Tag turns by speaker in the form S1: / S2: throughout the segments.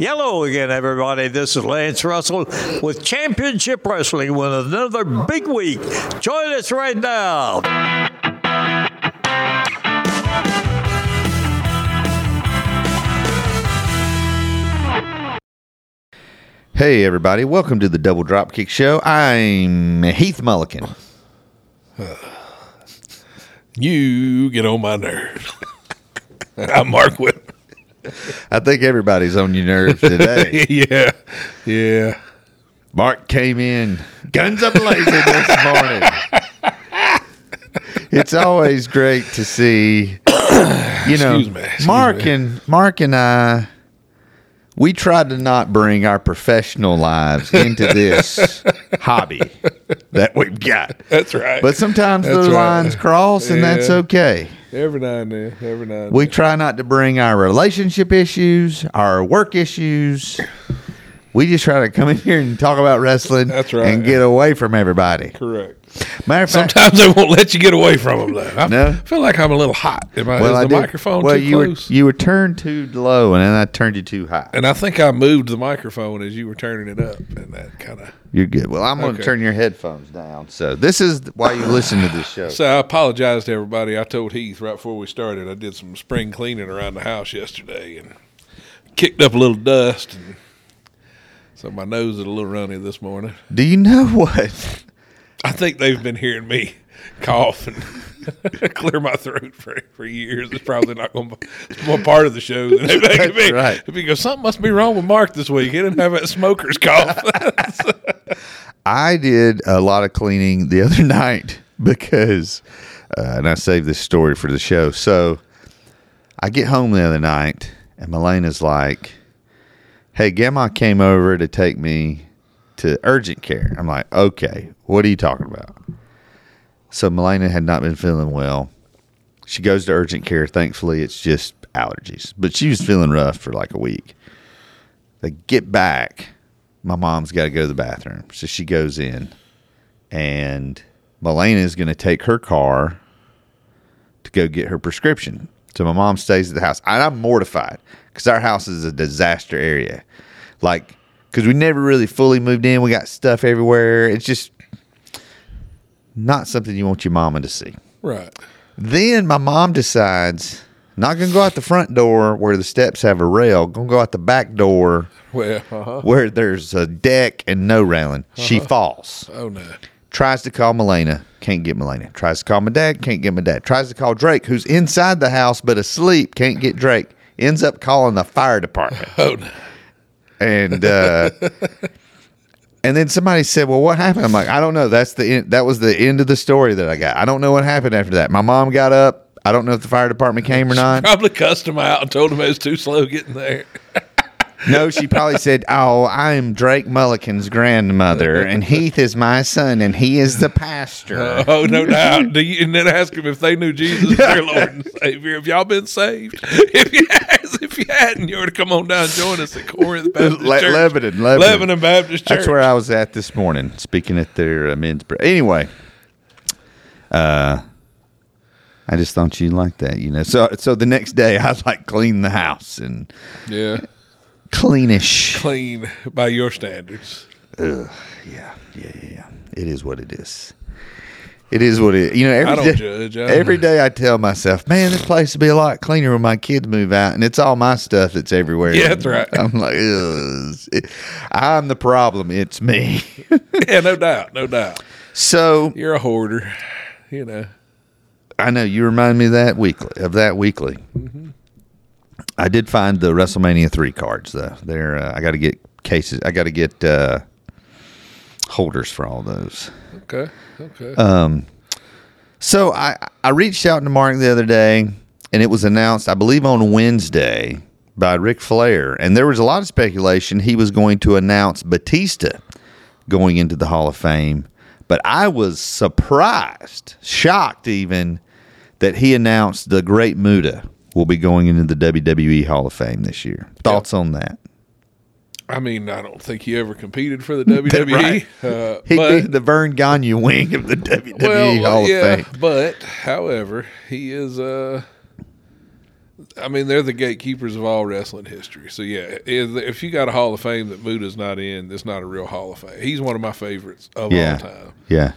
S1: Hello again, everybody. This is Lance Russell with Championship Wrestling with another big week. Join us right now.
S2: Hey, everybody. Welcome to the Double Dropkick Show. I'm Heath Mulligan.
S3: You get on my nerves. I'm Mark Whip.
S2: I think everybody's on your nerves today.
S3: yeah. Yeah.
S2: Mark came in guns a blazing this morning. It's always great to see, you know,
S3: Excuse me. Excuse
S2: Mark
S3: me.
S2: and Mark and I. We tried to not bring our professional lives into this hobby that we've got,
S3: That's right.
S2: but sometimes
S3: That's
S2: the
S3: right.
S2: lines cross, and that's
S3: Yeah.
S2: okay.
S3: every now and then, every now and
S2: We try not to bring our relationship issues, our work issues. We just try to come in here and talk about wrestling
S3: That's right.
S2: and get away from everybody.
S3: then. Correct.
S2: Matter of fact,
S3: Sometimes they won't let you get away from them, though. I
S2: No.
S3: feel like I'm a little hot. Am I, is the
S2: do-
S3: microphone
S2: well,
S3: too
S2: you
S3: close?
S2: Were, you were turned too low, and then I turned you too high.
S3: and I think I moved the microphone as you were turning it up, and that kind of.
S2: You're good. Well, I'm going to
S3: Okay.
S2: turn your headphones down. So this is why you listen to this show.
S3: So I apologize to everybody. I told Heath right before we started. I did some spring cleaning around the house yesterday and kicked up a little dust, and so my nose is a little runny this morning.
S2: do you know what?
S3: I think they've been hearing me cough and clear my throat for, for years. It's probably not going to be it's more part of the show than they make it
S2: That's
S3: be.
S2: right.
S3: Because something must be wrong with Mark this week. He didn't have that smoker's cough.
S2: I did a lot of cleaning the other night because, uh, and I saved this story for the show. So I get home the other night, and Melena's like, Hey, Grandma came over to take me to urgent care. I'm like, Okay, what are you talking about? So Melena had not been feeling well. She goes to urgent care. Thankfully, it's just allergies, but she was feeling rough for like a week. They get back. My mom's got to go to the bathroom. So she goes in, and Melena is going to take her car to go get her prescription. So my mom stays at the house. And I'm mortified because our house is a disaster area. Like, because we never really fully moved in, we got stuff everywhere. It's just not something you want your mama to see.
S3: right.
S2: Then my mom decides not gonna go out the front door where the steps have a rail, gonna go out the back door
S3: Well, uh-huh.
S2: where there's a deck and no railing. She falls.
S3: oh no.
S2: Tries to call Melena, can't get Melena. Tries to call my dad, can't get my dad. Tries to call Drake, who's inside the house but asleep, can't get Drake. Ends up calling the fire department.
S3: Oh no.
S2: and uh, and then somebody said, "Well, what happened?" I'm like, "I don't know. That's the end, that was the end of the story that I got. I don't know what happened after that. My mom got up. I don't know if the fire department came or not.
S3: Probably cussed him out and told him it was too slow getting there.
S2: No, she probably said, "Oh, I'm Drake Mulliken's grandmother, and Heath is my son, and he is the pastor."
S3: Oh no doubt. Do you, and then ask him if they knew Jesus as their Lord and Savior. Have y'all been saved? If you has, if you hadn't, you ought to come on down and join us at Corinth Baptist
S2: Le-
S3: Church.
S2: Lebanon, Lebanon.
S3: Lebanon Baptist Church.
S2: That's where I was at this morning, speaking at their uh, men's. Bre- anyway, uh, I just thought you liked that, you know. So, so the next day, I like cleaned the house and
S3: Yeah.
S2: cleanish.
S3: Clean by your standards.
S2: Yeah, yeah, yeah, yeah. It is what it is. It is what it. You know, every
S3: I don't
S2: day-
S3: judge. I-
S2: every day I tell myself, "Man, this place will be a lot cleaner when my kids move out," and it's all my stuff that's everywhere.
S3: Yeah, that's right.
S2: I'm like, Ugh, I'm the problem. It's me.
S3: Yeah, no doubt, no doubt.
S2: So
S3: You're a hoarder, you know.
S2: I know you remind me of that weekly of that weekly. I did find the WrestleMania three cards though. They're uh, I got to get cases. I got to get uh, holders for all those.
S3: Okay, okay.
S2: Uh, So I I reached out to Mark the other day, and it was announced I believe on Wednesday by Ric Flair, and there was a lot of speculation he was going to announce Batista going into the Hall of Fame, but I was surprised, shocked even that he announced the Great Muda will be going into the WWE Hall of Fame this year. Thoughts on that?
S3: I mean, I don't think he ever competed for the WWE.
S2: Right.
S3: uh,
S2: He
S3: but,
S2: did the Vern Gagne wing of the WWE
S3: well,
S2: Hall
S3: yeah,
S2: of Fame.
S3: but however, he is uh I mean, they're the gatekeepers of all wrestling history. So yeah, if if you got a Hall of Fame that Buddha's not in, that's not a real Hall of Fame. He's one of my favorites of all
S2: Yeah.
S3: time.
S2: Yeah.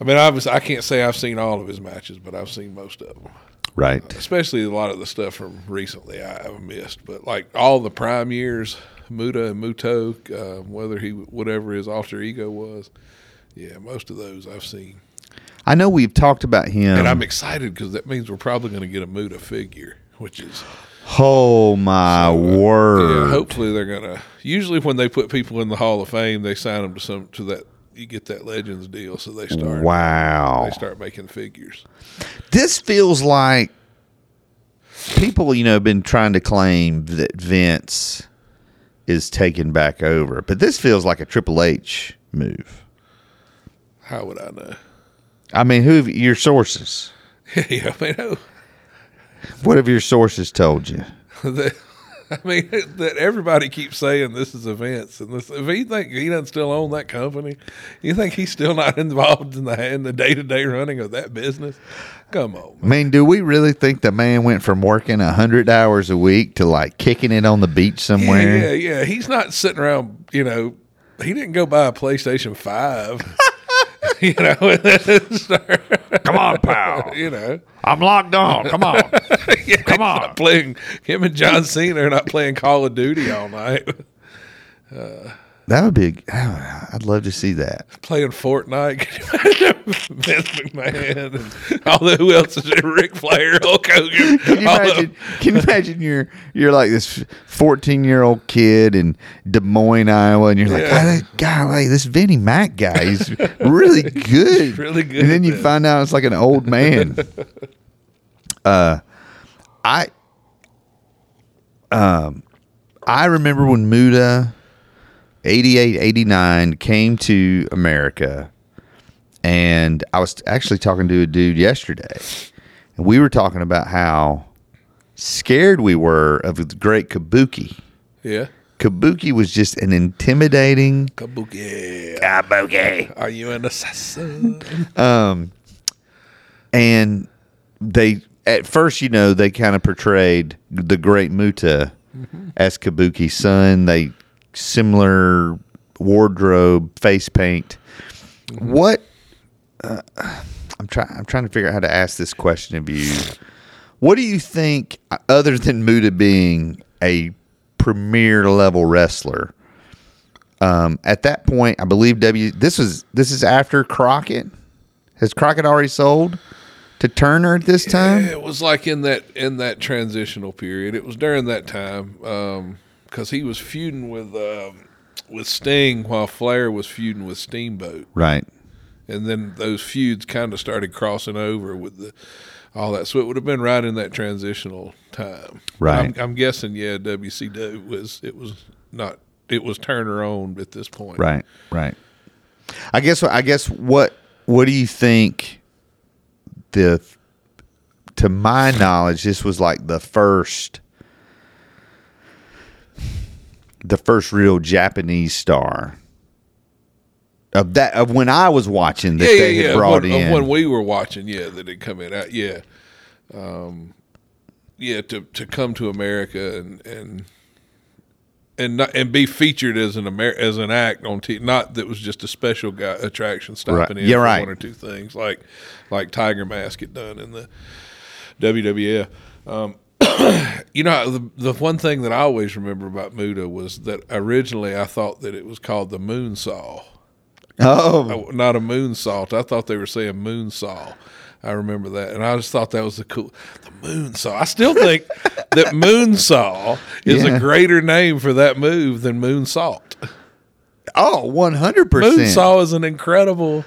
S3: I mean, obviously, I can't say I've seen all of his matches, but I've seen most of them.
S2: Right.
S3: Especially a lot of the stuff from recently I, I've missed, but like all the prime years, Muta and Muto, uh, whether he whatever his alter ego was, yeah, most of those I've seen,
S2: I know we've talked about him.
S3: and I'm excited because that means we're probably going to get a Muta figure, which is
S2: oh my word.
S3: uh, Yeah, hopefully they're gonna. Usually, when they put people in the Hall of Fame, they sign them to some to that. You get that Legends deal, so they start.
S2: wow.
S3: They start making figures.
S2: This feels like people, you know, have been trying to claim that Vince is taking back over, but this feels like a Triple H move.
S3: How would I know?
S2: I mean, who have your sources?
S3: yeah, I mean, oh,
S2: What have your sources told you?
S3: that, I mean that everybody keeps saying this is Vince, and this. If you think he doesn't still own that company, you think he's still not involved in the in the day to day running of that business? Come on,
S2: I
S3: man.
S2: mean, do we really think the man went from working 100 hours a week to like kicking it on the beach
S3: Yeah,
S2: somewhere?
S3: yeah, yeah. He's not sitting around. You know, he didn't go buy a PlayStation Five. you know, and then start.
S2: Come on, pal.
S3: you know,
S2: I'm locked on. Come on.
S3: come on. Playing him and John Cena are not playing Call of Duty all night.
S2: That would be, I'd love to see that.
S3: playing Fortnite. Can you imagine Vince McMahon and all the who else is there? Ric Flair, Hulk Hogan.
S2: Can you
S3: all of-
S2: imagine? Can you imagine you're you're like this fourteen year old kid in Des Moines, Iowa, and you're like,
S3: Yeah.
S2: "Oh, that guy, like this Vinnie Mac guy, he's really good,
S3: really good
S2: And then
S3: at
S2: you
S3: that.
S2: find out it's like an old man. uh, I, um, I remember when Muda, 88, 89, came to America and I was actually talking to a dude yesterday, and we were talking about how scared we were of the great Kabuki.
S3: yeah.
S2: Kabuki was just an intimidating
S3: Kabuki.
S2: Kabuki,
S3: Are you an assassin?
S2: and they at first, you know, they kind of portrayed the great Muta as Kabuki's son. They similar wardrobe, face paint. What? Uh, I'm trying. I'm trying to figure out how to ask this question of you. What do you think, uh, other than Muta being a premier level wrestler? Um, at that point, I believe W. This was this is after Crockett. Has Crockett already sold to Turner at this time?
S3: It was like in that in that transitional period. It was during that time because he was feuding with um, with Sting while Flair was feuding with Steamboat.
S2: Right.
S3: and then those feuds kind of started crossing over with the all that. So it would have been right in that transitional time,
S2: Right.
S3: I'm, I'm guessing, yeah. WCW was it was not it was Turner owned at this point,
S2: Right. Right. I guess. I guess. What What do you think? The to my knowledge, this was like the first, the first real Japanese star of that of when I was watching that
S3: Yeah, yeah,
S2: they had
S3: yeah.
S2: brought
S3: when,
S2: in.
S3: when we were watching, yeah, that had come in, out, yeah, um, yeah, to to come to America and and. And not, and be featured as an Amer- as an act on T not that was just a special guy attraction stopping in
S2: Yeah,
S3: for
S2: right.
S3: one or two things like like Tiger Mask had done in the WWF. Um, you know, the, the one thing that I always remember about Muda was that originally I thought that it was called the Moonsaw,
S2: oh,
S3: not a moonsault. I thought they were saying moonsaw. I remember that, and I just thought that was the cool the moonsaw. I still think that moonsaw is
S2: Yeah.
S3: a greater name for that move than moonsault.
S2: oh, one hundred percent.
S3: Moonsaw is an incredible.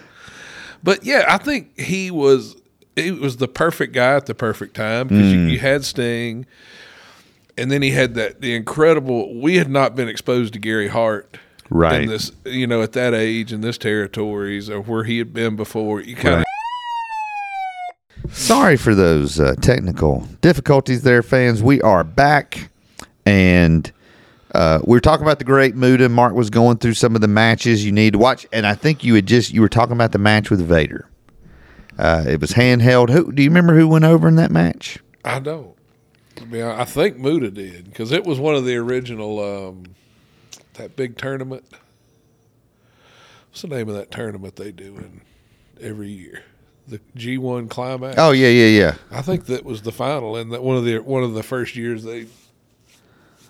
S3: But yeah, I think he was he was the perfect guy at the perfect time because you,
S2: Mm.
S3: you had Sting, and then he had that the incredible. We had not been exposed to Gary Hart.
S2: Right.
S3: In this, you know, at that age in this territories or where he had been before, you kind of
S2: Sorry for those uh, technical difficulties there, fans. We are back, and uh, we were talking about the great Muda. Mark was going through some of the matches you need to watch, and I think you had just you were talking about the match with Vader. Uh, it was handheld. Who do you remember who went over in that match?
S3: I don't. I mean, I I think Muda did because it was one of the original um, that big tournament. What's the name of that tournament they do in every year? The G one climax.
S2: Oh yeah, yeah, yeah.
S3: I think that was the final, and that one of the one of the first years they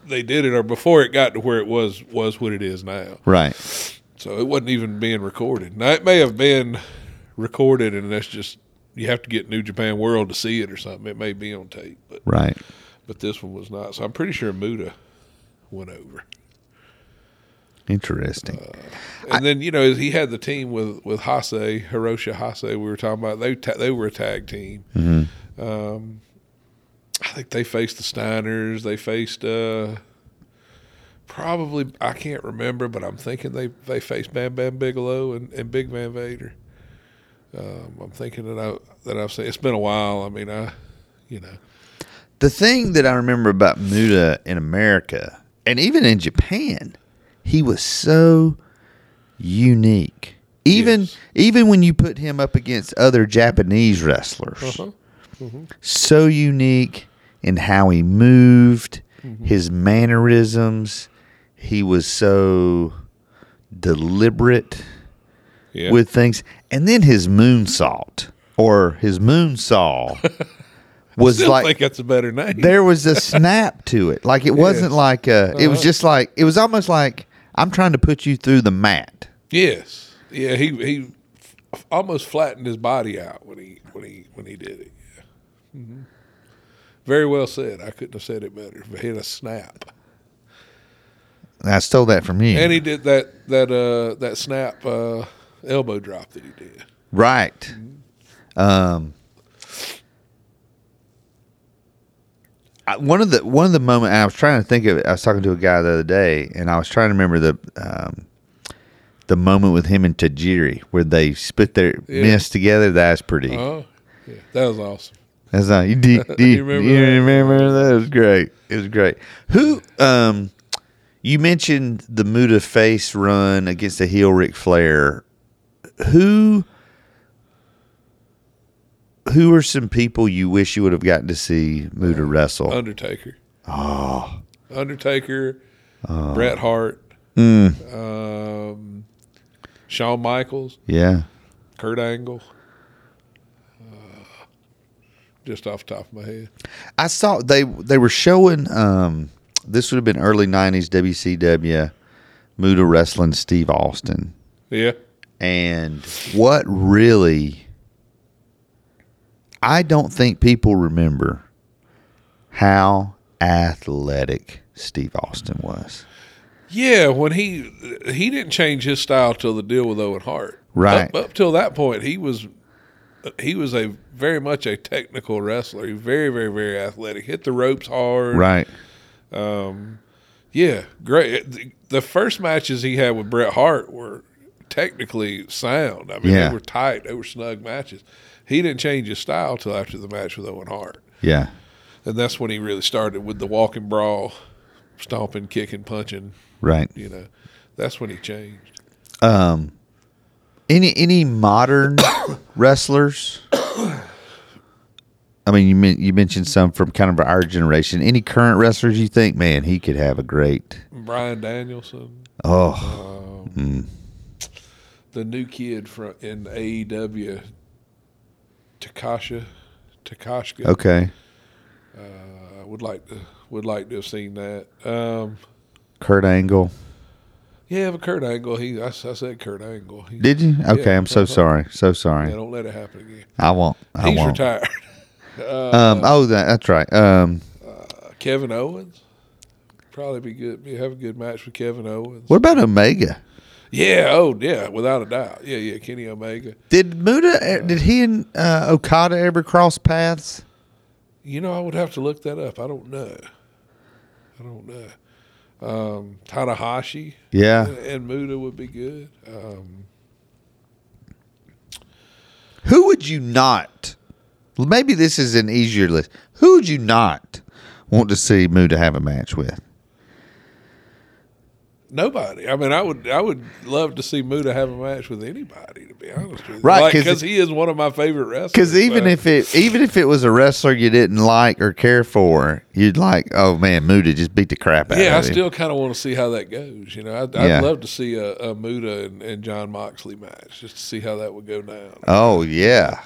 S3: they did it, or before it got to where it was was what it is now.
S2: Right.
S3: So it wasn't even being recorded. Now it may have been recorded, and that's just you have to get New Japan World to see it or something. It may be on tape, but
S2: Right.
S3: but this one was not. So I'm pretty sure Muda went over.
S2: Interesting.
S3: And then you know he had the team with with Hase Hiroshi Hase. We were talking about they ta- they were a tag team. Um,
S2: Mm-hmm.
S3: I think they faced the Steiners. They faced uh, probably I can't remember, but I'm thinking they they faced Bam Bam Bigelow and, and Big Van Vader. Um, I'm thinking that I that I've seen. It's been a while. I mean, I you know
S2: the thing that I remember about Muda in America and even in Japan, he was so unique. Even
S3: Yes.
S2: even when you put him up against other Japanese wrestlers,
S3: Uh-huh.
S2: so unique in how he moved,
S3: Mm-hmm.
S2: his mannerisms. He was so deliberate
S3: yeah.
S2: with things, and then his moonsault or his moonsaw was
S3: still
S2: like
S3: think that's a better name.
S2: there was a snap to it. Like it wasn't
S3: Yes.
S2: like a, it was
S3: Uh-huh.
S2: just like it was almost like I'm trying to put you through the mat.
S3: Yes. Yeah, he he f- almost flattened his body out when he when he when he did it. Yeah. Mhm. Very well said. I couldn't have said it better. But he had a snap,
S2: And I stole that from you.
S3: and he did that that uh that snap uh, elbow drop that he did.
S2: right. Um I- one of the one of the moment I was trying to think of it, I was talking to a guy the other day and I was trying to remember the um the moment with him and Tajiri where they split their
S3: Yeah.
S2: mess together, that's pretty.
S3: Oh, yeah, that was awesome.
S2: That's not you. Do, do, you
S3: You
S2: remember,
S3: remember
S2: you
S3: that?
S2: remember that? It was great. It was great. Who? Um, you mentioned the Muda face run against the heel Ric Flair. Who? Who are some people you wish you would have gotten to see Muda wrestle?
S3: Undertaker. Oh, Undertaker. Bret Hart. Um, Shawn Michaels.
S2: yeah,
S3: Kurt Angle. Uh, just off the top of my head.
S2: I saw they they were showing. Um, this would have been early '90s WCW. Muda wrestling Steve Austin.
S3: Yeah.
S2: And what really, I don't think people remember how athletic Steve Austin was.
S3: Yeah, when he he didn't change his style till the deal with Owen Hart.
S2: Right.
S3: Up, up till that point, he was he was a very much a technical wrestler. He was very very very athletic. Hit the ropes hard.
S2: Right.
S3: Yeah, great. The- The first matches he had with Bret Hart were technically sound. I mean,
S2: Yeah.
S3: they were tight. They were snug matches. He didn't change his style till after the match with Owen Hart.
S2: Yeah.
S3: and that's when he really started with the walking brawl, stomping, kicking, punching.
S2: Right.
S3: You know, that's when he changed.
S2: Any any modern wrestlers? I mean, you men- you mentioned some from kind of our generation. Any current wrestlers you think, man, he could have a great?
S3: Brian Danielson,
S2: Oh,
S3: the new kid from in AEW, Takasha, Takashka.
S2: okay.
S3: I would like to would like to have seen that. Um,
S2: Kurt Angle.
S3: yeah, but Kurt Angle. He I, s- I said Kurt Angle. He,
S2: Did you? Okay,
S3: Yeah,
S2: I'm so
S3: uh-huh.
S2: sorry. So
S3: Yeah,
S2: sorry.
S3: don't let it happen again.
S2: I won't. I
S3: He's
S2: won't.
S3: retired.
S2: Um, oh, that, that's right. Um,
S3: Kevin Owens. Probably be good. Be have a good match with Kevin Owens.
S2: what about Omega?
S3: Yeah. Oh, yeah. Without a doubt. Yeah. Yeah. Kenny Omega.
S2: Did Muda? Did he and uh, Okada ever cross paths?
S3: You know, I would have to look that up. I don't know. I don't know. Um, Tanahashi
S2: Yeah.
S3: and Muda would be good. Um,
S2: Who would you not? well, Maybe this is an easier list. Who would you not want to see Muda have a match with?
S3: nobody. I mean, I would I would love to see Muda have a match with anybody. To be honest with you,
S2: Right,
S3: Like,
S2: 'cause-
S3: he is one of my favorite wrestlers.
S2: Because even
S3: so-
S2: if it even if it was a wrestler you didn't like or care for, you'd like, oh man, Muda just beat the crap out
S3: yeah, I
S2: of him.
S3: still kind of want to see how that goes. You know, I'd,
S2: Yeah.
S3: I'd love to see a, a Muda and, and John Moxley match just to see how that would go down.
S2: oh yeah.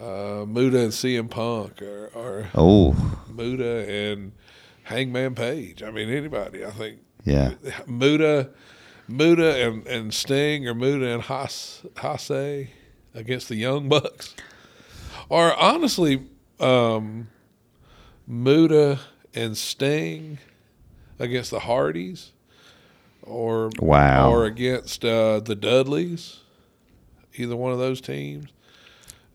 S3: Uh, Muda and CM Punk, or, or
S2: Oh
S3: Muda and Hangman Page. I mean, anybody. I think
S2: yeah.
S3: Muda, Muda and, and Sting, or Muda and Hase Hase against the Young Bucks, or honestly, um, Muda and Sting against the Hardys, or
S2: Wow.
S3: or against uh, the Dudleys, either one of those teams.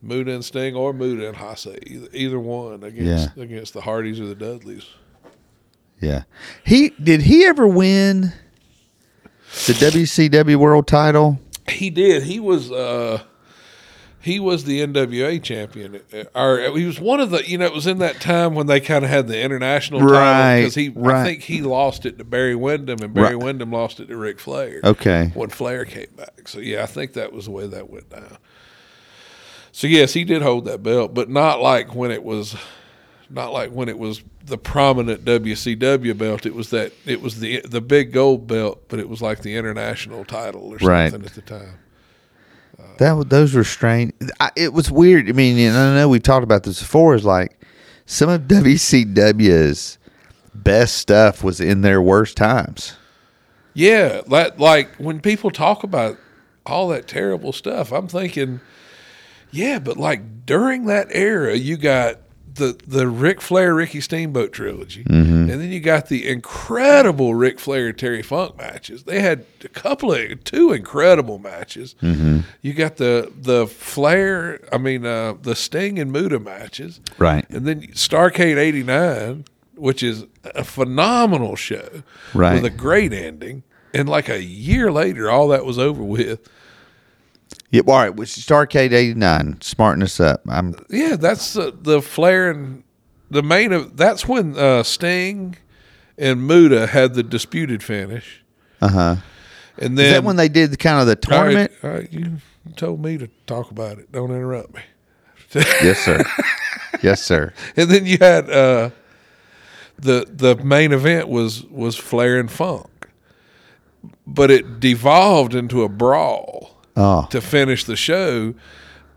S3: Muda and Sting, or Muda and Hase, either, either one against against the Hardys or the Dudleys.
S2: Yeah. He did he ever win the WCW world title?
S3: He did. He was uh he was the NWA champion, uh, or he was one of the. You know, it was in that time when they kind of had the international title
S2: Right,
S3: because he.
S2: right.
S3: I think he lost it to Barry Windham, and Barry
S2: Right.
S3: Windham lost it to Ric Flair.
S2: Okay.
S3: When Flair came back, so yeah, I think that was the way that went down. So yes, he did hold that belt, but not like when it was, not like when it was the prominent WCW belt. It was that it was the the big gold belt, but it was like the international title or something
S2: Right.
S3: at the time.
S2: That wa- those were strange. I, it was weird. I mean, and I know we talked about this before. Is like some of WCW's best stuff was in their worst times.
S3: Yeah, that like when people talk about all that terrible stuff, I'm thinking, yeah, but like during that era, you got the the Ric Flair Ricky Steamboat trilogy, and then you got the incredible Ric Flair Terry Funk matches. They had a couple of two incredible matches. You got the the Flair, I mean uh, the Sting and Muda matches,
S2: Right.
S3: and then Starcade '89, which is a phenomenal show,
S2: Right.
S3: With a great ending, and like a year later, all that was over with.
S2: Yeah. All right. Which Starcade '89, smarten us up. I'm
S3: Yeah, that's uh, the Flair and the main of. That's when uh, Sting and Muda had the disputed finish. Uh huh. And
S2: Uh-huh.
S3: then
S2: is that when they did the kind of the
S3: All right,
S2: tournament?
S3: all right, you told me to talk about it. Don't interrupt me.
S2: yes, sir. Yes, sir.
S3: and then you had uh, the the main event was was Flair and Funk, but it devolved into a brawl
S2: Oh,
S3: to finish the show.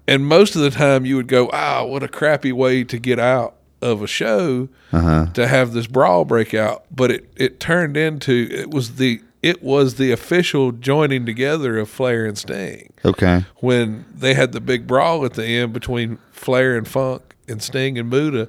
S3: And most of the time, you would go, "Ah, what a crappy way to get out of a show to have this brawl break out." But it it turned into it was the it was the official joining together of Flair and Sting
S2: okay.
S3: when they had the big brawl at the end between Flair and Funk and Sting and Muda,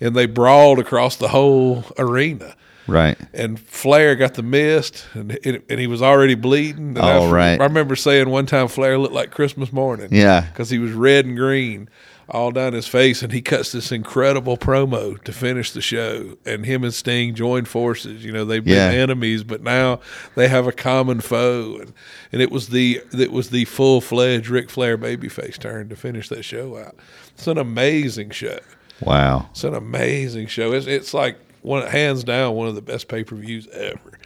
S3: and they brawled across the whole arena.
S2: Right.
S3: And Flair got the mist, and it, and he was already bleeding. And
S2: All
S3: I,
S2: right.
S3: I remember saying one time Flair looked like Christmas morning.
S2: Yeah.
S3: because he was red and green all down his face, and he cuts this incredible promo to finish the show. And him and Sting joined forces. You know, they've been
S2: Yeah.
S3: enemies, but now they have a common foe, and and it was the it was the full fledged Ric Flair babyface turn to finish that show out. It's an amazing show.
S2: Wow.
S3: It's an amazing show. It's it's like one hands down one of the best pay per views ever.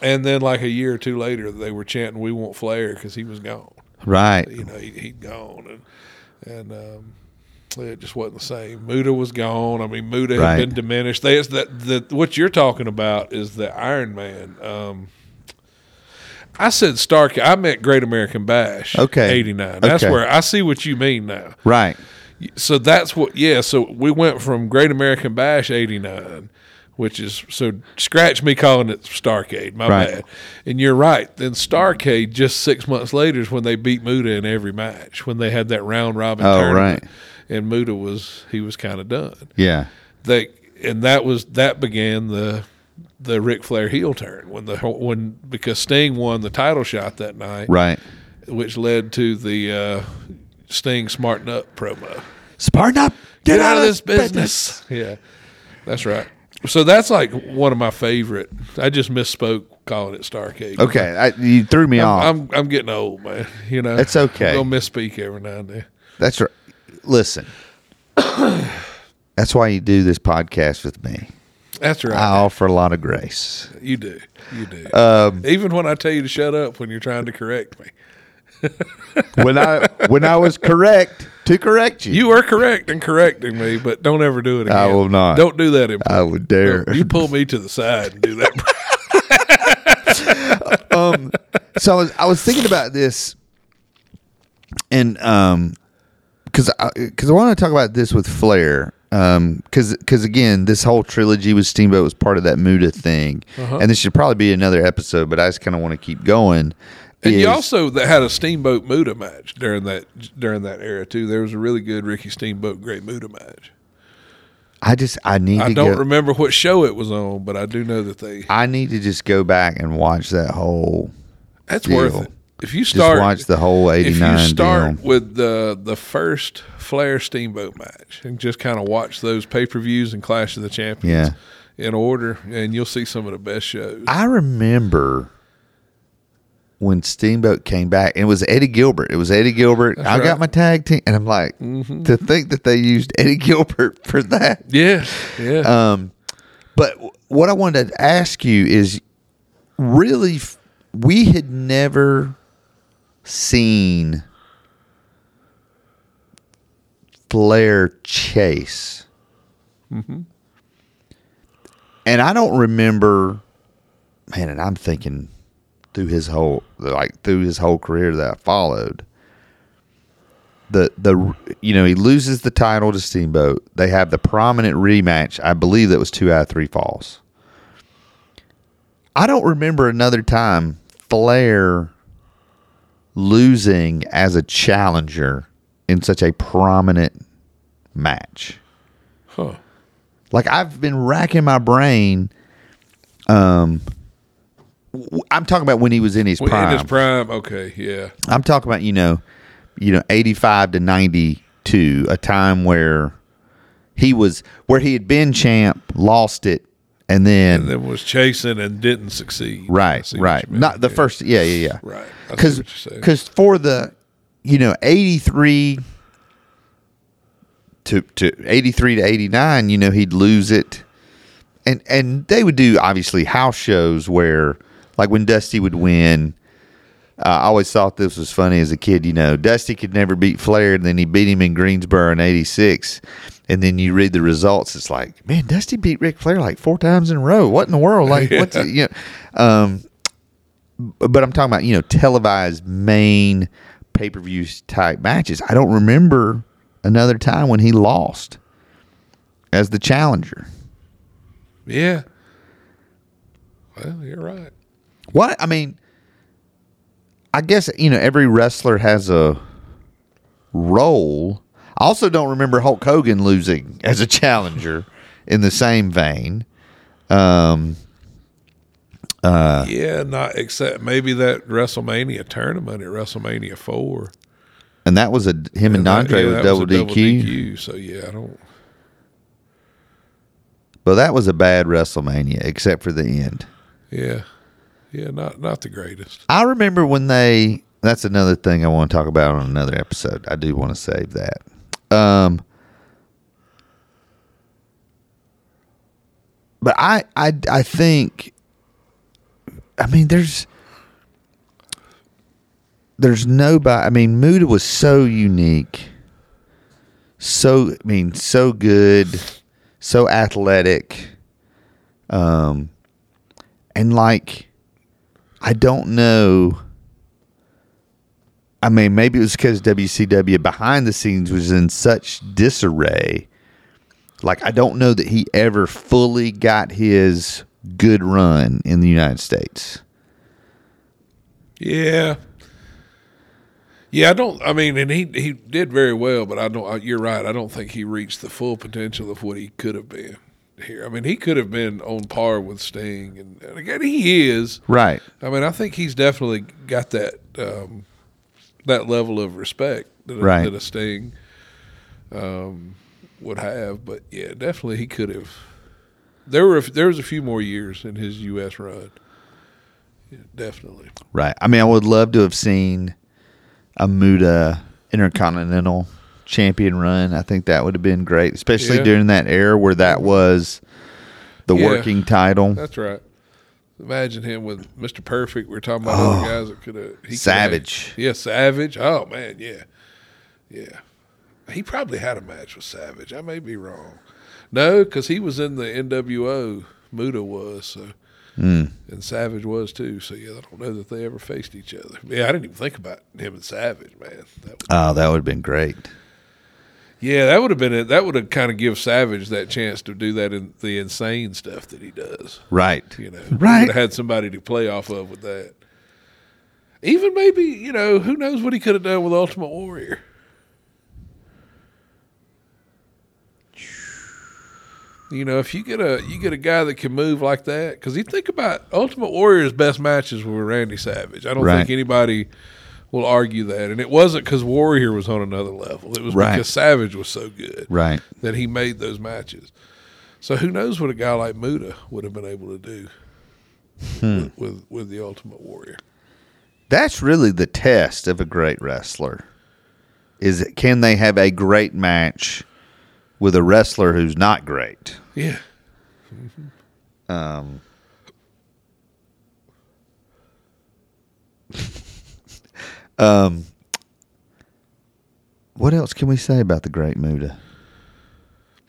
S3: And then like a year or two later, they were chanting "We want Flair" because he was gone.
S2: Right.
S3: You know, he, he'd gone, and and um, it just wasn't the same. Muda was gone. I mean, Muda
S2: Right.
S3: had been diminished. There's that the what you're talking about is the Iron Man. Um, I said Stark. I meant Great American Bash.
S2: Okay.
S3: '89. That's
S2: Okay.
S3: where I see what you mean now.
S2: Right.
S3: So that's what, yeah. So we went from Great American Bash '89, which is so scratch me calling it Starcade, my
S2: Right.
S3: bad. And you're right. Then Starcade just six months later is when they beat Muda in every match when they had that round robin.
S2: Oh,
S3: tournament.
S2: right.
S3: And Muda was he was kind of done.
S2: Yeah.
S3: They and that was that began the the Ric Flair heel turn when the whole- when because Sting won the title shot that night,
S2: Right.
S3: which led to the uh, Sting smarten up promo
S2: Spartan up.
S3: get out of this business. Yeah, that's right. So that's like one of my favorite. I just misspoke calling it Starcade.
S2: Okay. I, you threw me off.
S3: I'm I'm getting old, man. You know,
S2: That's okay.
S3: I'll misspeak every now and then.
S2: That's right. Listen, that's why you do this podcast with me.
S3: That's right.
S2: I offer a lot of grace.
S3: You do. You do.
S2: Um,
S3: Even when I tell you to shut up when you're trying to correct me.
S2: When I when I was correct to correct you,
S3: You are correct in correcting me, but don't ever do it again.
S2: I will not.
S3: Don't do that in
S2: I would dare.
S3: You pull me to the side and do that.
S2: so I was, I was thinking about this, and um, because I because I want to talk about this with Flair, um, because again, this whole trilogy with Steamboat was part of that Muda thing,
S3: Uh-huh.
S2: and this should probably be another episode, but I just kind of want to keep going.
S3: And
S2: is-
S3: you also th- had a Steamboat Muda match during that during that era too. There was a really good Ricky Steamboat Great Muda match.
S2: I just I need
S3: I
S2: to
S3: don't
S2: go,
S3: remember what show it was on, but I do know that they.
S2: I need to just go back and watch that whole.
S3: That's
S2: deal.
S3: worth it. If you start,
S2: watch the whole
S3: If
S2: 89
S3: you start
S2: deal.
S3: with the the first Flair Steamboat match and just kind of watch those pay per views and Clash of the Champions in order, and you'll see some of the best shows.
S2: I remember when Steamboat came back, and it was Eddie Gilbert. It was Eddie Gilbert. I
S3: right.
S2: got my tag team, and I'm like, to think that they used Eddie Gilbert for that.
S3: yeah, yeah.
S2: Um, but w- what I wanted to ask you is, really, f- we had never seen Flair chase, and I don't remember. Man, and I'm thinking through his whole like through his whole career that I followed. The the you know he loses the title to Steamboat. They have the prominent rematch. I believe that was two out of three falls. I don't remember another time Flair losing as a challenger in such a prominent match.
S3: huh.
S2: Like I've been racking my brain. Um, w- I'm talking about when he was in his
S3: When-
S2: prime.
S3: In his prime, okay, yeah,
S2: I'm talking about you know, you know, 85 to 92, a time where he was where he had been champ, lost it, and then,
S3: and then was chasing and didn't succeed. I
S2: right,
S3: see what
S2: right,
S3: you mean,
S2: not the
S3: yeah.
S2: first, yeah, yeah, yeah,
S3: Right. I see
S2: because
S3: what you're saying.
S2: because for the you know 83 to to 83 to 89 you know he'd lose it and and they would do obviously house shows where like when dusty would win uh, i always thought this was funny as a kid you know dusty could never beat flair and then he beat him in greensboro in 86 and then you read the results it's like man dusty beat Ric flair like four times in a row what in the world like what's what you know um but I'm talking about you know televised main pay per view type matches. I don't remember another time when he lost as the challenger.
S3: Yeah. Well, you're right.
S2: What I mean, I guess you know every wrestler has a role. I also don't remember Hulk Hogan losing as a challenger in the same vein. Uh.
S3: yeah, not except maybe that WrestleMania tournament at WrestleMania four.
S2: And that was a him and,
S3: that-
S2: Andre
S3: yeah,
S2: with
S3: that
S2: double,
S3: was a
S2: DQ.
S3: So yeah, I don't.
S2: But that was a bad WrestleMania except for the end.
S3: Yeah, yeah, not not the greatest.
S2: I remember when they. That's another thing I want to talk about on another episode. I do want to save that. Um, but I, I, I think. I mean, there's. There's nobody. I mean, Muda was so unique. So I mean, so good, so athletic. Um, and like. I don't know. I mean, maybe it was because WCW behind the scenes was in such disarray. Like, I don't know that he ever fully got his good run in the United States.
S3: Yeah. Yeah, I don't. I mean, and he he did very well, but I don't. I- You're right. I don't think he reached the full potential of what he could have been here. I mean, he could have been on par with Sting, and, and again, he is.
S2: Right.
S3: I mean, I think he's definitely got that um, that level of respect that, a-
S2: Right.
S3: that a Sting um, would have. But yeah, definitely he could have. There were a f- there was a few more years in his U.S. run. Yeah, definitely.
S2: Right. I mean, I would love to have seen a Muda Intercontinental champion run. I think that would have been great, especially
S3: Yeah.
S2: during that era where that was the
S3: Yeah.
S2: working title.
S3: That's right. Imagine him with Mr. Perfect. We are talking about other guys that could have
S2: Savage.
S3: yeah, Savage. Oh man, yeah, yeah. He probably had a match with Savage. I may be wrong. No, because he was in the NWO. Muda was so, and Savage was too. So yeah, I don't know that they ever faced each other. Yeah, I didn't even think about him and Savage, man. That would,
S2: Oh, that would have been great.
S3: yeah, that would have been it. That would have kind of give Savage that chance to do that in the insane stuff that he does
S2: Right.
S3: you know,
S2: Right.
S3: Would have had somebody to play off of with that. Even maybe you know who knows what he could have done with Ultimate Warrior. You know, if you get a you get a guy that can move like that, because you think about Ultimate Warrior's best matches were Randy Savage. I don't
S2: Right.
S3: think anybody will argue that, and it wasn't because Warrior was on another level. It was
S2: Right.
S3: because Savage was so good
S2: Right.
S3: that he made those matches. So who knows what a guy like Muda would have been able to do
S2: Hmm.
S3: with, with with the Ultimate Warrior?
S2: That's really the test of a great wrestler. Is it, can they have a great match with a wrestler who's not great?
S3: Yeah,
S2: What else can we say about the great Muda?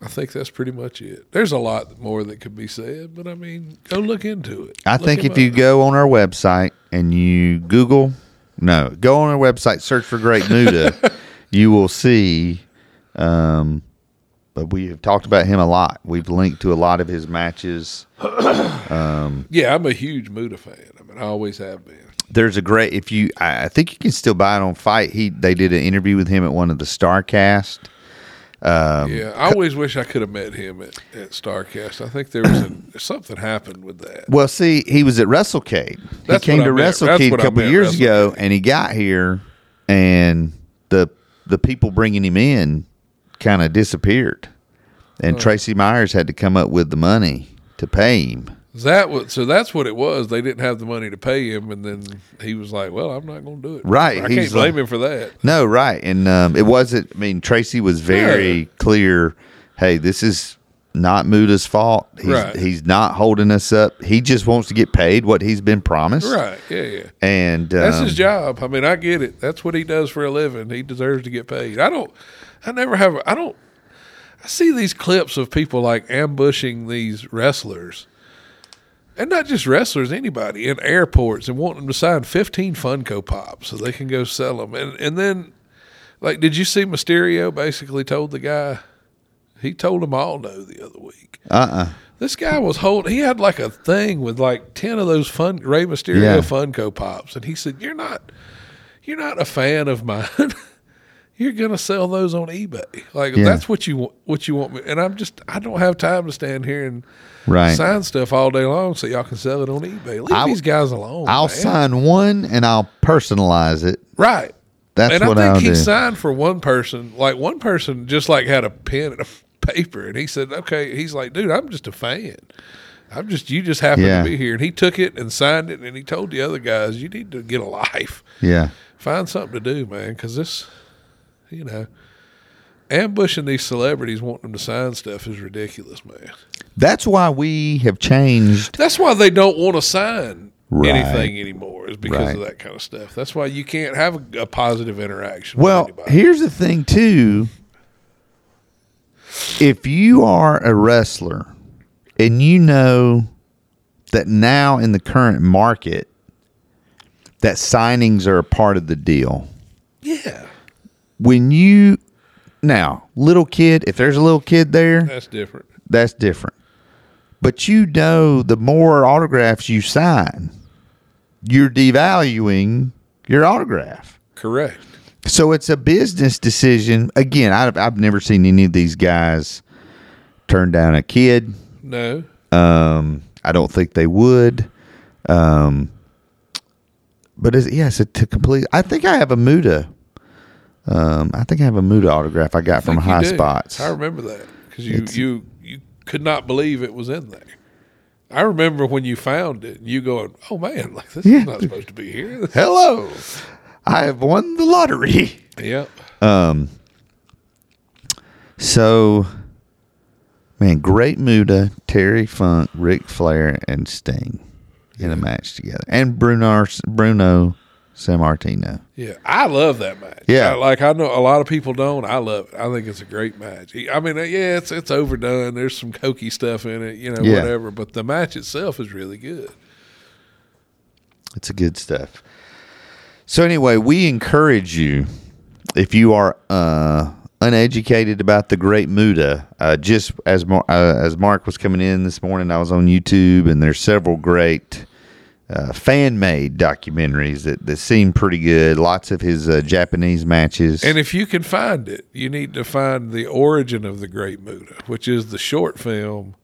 S3: I think that's pretty much it. There's a lot more that could be said, but I mean, go look into it.
S2: I
S3: Look
S2: think
S3: him
S2: if you
S3: up.
S2: go on our website and you Google, no, go on our website, search for Great Muda, you will see. Um, but we have talked about him a lot. We've linked to a lot of his matches.
S3: yeah, I'm a huge Muda fan. I mean, I always have been.
S2: There's a great if you. I I think you can still buy it on Fight. He they did an interview with him at one of the Starcast. Um,
S3: yeah, I always wish I could have met him at, at Starcast. I think there was a, something happened with that.
S2: Well, see, he was at WrestleCade.
S3: That's
S2: he came
S3: what
S2: to
S3: I meant. That's
S2: WrestleCade a
S3: what I
S2: couple
S3: meant,
S2: years ago, and he got here, and the the people bringing him in kind of disappeared, and Tracy Myers had to come up with the money to pay him.
S3: That was so. That's what it was. They didn't have the money to pay him, and then he was like, "Well, I'm not going to do it."
S2: Right,
S3: I
S2: he's
S3: can't blame
S2: like-
S3: him for that.
S2: No, right, and um, it wasn't. I mean, Tracy was very
S3: Yeah.
S2: clear. Hey, this is not Muda's fault. He's,
S3: Right.
S2: he's not holding us up. He just wants to get paid what he's been promised.
S3: Right. Yeah. Yeah.
S2: and um,
S3: That's his job. I mean, I get it. That's what he does for a living. He deserves to get paid. I don't. I never have. I don't. I see these clips of people like ambushing these wrestlers, and not just wrestlers, anybody in airports, and wanting them to sign fifteen Funko Pops so they can go sell them. And and then, like, did you see Mysterio basically told the guy? He told them all no the other week.
S2: uh-uh.
S3: This guy was holding. He had like a thing with like ten of those fun Ray Mysterio
S2: Yeah.
S3: Funko Pops, and he said, "You're not, you're not a fan of mine. you're gonna sell those on eBay. Like
S2: Yeah.
S3: that's what you want. What you want me? And I'm just, I don't have time to stand here and
S2: Right.
S3: sign stuff all day long so y'all can sell it on eBay. Leave
S2: I-
S3: these guys alone.
S2: I'll
S3: man.
S2: sign one and I'll personalize it.
S3: Right.
S2: That's
S3: and
S2: what
S3: I think
S2: I'll
S3: he
S2: do.
S3: signed for one person. Like one person just like had a pen and a paper and he said, Okay, he's like, dude, I'm just a fan. I'm just you just happen
S2: Yeah.
S3: to be here. And he took it and signed it and he told the other guys, You need to get a life.
S2: Yeah.
S3: Find something to do, man, because this you know ambushing these celebrities wanting them to sign stuff is ridiculous, man.
S2: That's why we have changed.
S3: That's why they don't want to sign
S2: Right.
S3: anything anymore, is because of
S2: Right.
S3: that kind of stuff. That's why you can't have a, a positive interaction
S2: Well,
S3: with anybody.
S2: here's the thing, too. If you are a wrestler and you know that now in the current market, that signings are a part of the deal.
S3: yeah.
S2: When you, now, little kid, if there's a little kid there,
S3: That's different.
S2: that's different. But you know, the more autographs you sign, you're devaluing your autograph.
S3: Correct.
S2: So it's a business decision. Again, I, I've never seen any of these guys turn down a kid.
S3: No.
S2: Um, I don't think they would. Um, but is, yeah, it's a to complete. I think I have a Muda. Um, I think I have a Muda autograph I got from
S3: Think you
S2: High
S3: do.
S2: Spots.
S3: I remember that because you,
S2: It's-
S3: you you could not believe it was in there. I remember when you found it, and you going, "Oh man, like this
S2: Yeah.
S3: is not supposed to be here."
S2: Hello, I have won the lottery.
S3: yep.
S2: So Man, Great Muda, Terry Funk, Ric Flair, and Sting in a match together, and Bruno Bruno Sammartino.
S3: Yeah, I love that match.
S2: Yeah.
S3: I- like I know a lot of people don't. I love it. I think it's a great match. I mean, uh, yeah, it's it's overdone. There's some cokey stuff in it, you know,
S2: Yeah.
S3: whatever. But the match itself is really good.
S2: It's a good stuff. So anyway, we encourage you if you are uh, uneducated about the Great Muda. Uh, just as Mar- uh, as Mark was coming in this morning, I was on YouTube, and there's several great uh, fan made documentaries that that seem pretty good. Lots of his uh, Japanese matches.
S3: And if you can find it, you need to find the origin of the Great Muda, which is the short film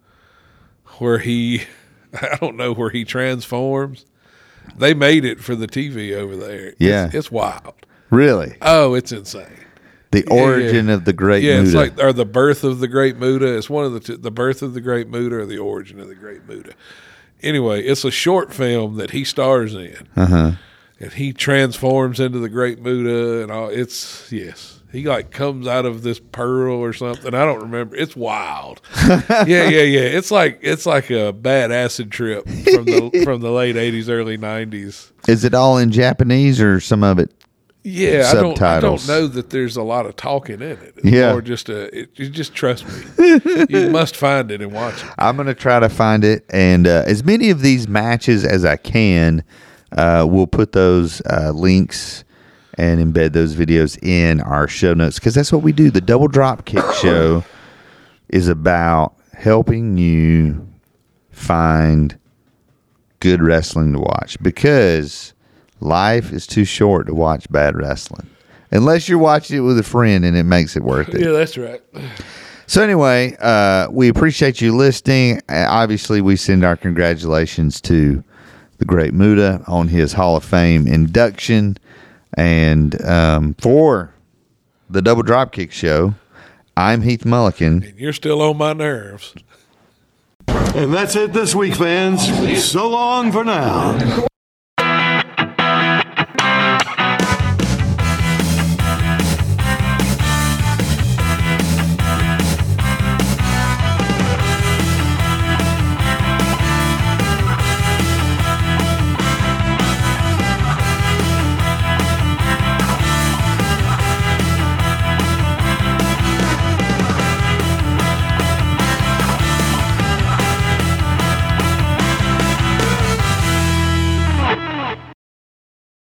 S3: where he, I don't know, where he transforms. They made it for the TV over there.
S2: Yeah.
S3: It's, it's wild.
S2: really,
S3: Oh, it's insane.
S2: the
S3: yeah.
S2: origin of the Great
S3: Yeah,
S2: Muda.
S3: it's like or the birth of the Great Muda. It's one of the two, the birth of the Great Muda or the origin of the Great Muda. Anyway, it's a short film that he stars in,
S2: Uh-huh.
S3: and he transforms into the Great Muda, and all. It's yes, he like comes out of this pearl or something. I don't remember. It's wild. yeah, yeah, yeah. It's like it's like a bad acid trip from the from the late eighties, early nineties.
S2: Is it all in Japanese or some of it?
S3: Yeah, I don't, I don't
S2: subtitles.
S3: know that there's a lot of talking in it. It's
S2: Yeah.
S3: More just a, it, you just trust me. you must find it and watch it.
S2: I'm gonna try to find it, and uh, as many of these matches as I can, uh, we'll put those uh, links and embed those videos in our show notes because that's what we do. The Double Drop Kick Show is about helping you find good wrestling to watch because life is too short to watch bad wrestling unless you're watching it with a friend and it makes it worth it.
S3: Yeah, that's right.
S2: So anyway, uh, we appreciate you listening. Uh, Obviously, we send our congratulations to the great Muda on his Hall of Fame induction, and um, for the Double Dropkick Show, I'm Heath Mulliken.
S3: And you're still on my nerves.
S4: And that's it this week, fans. So long for now.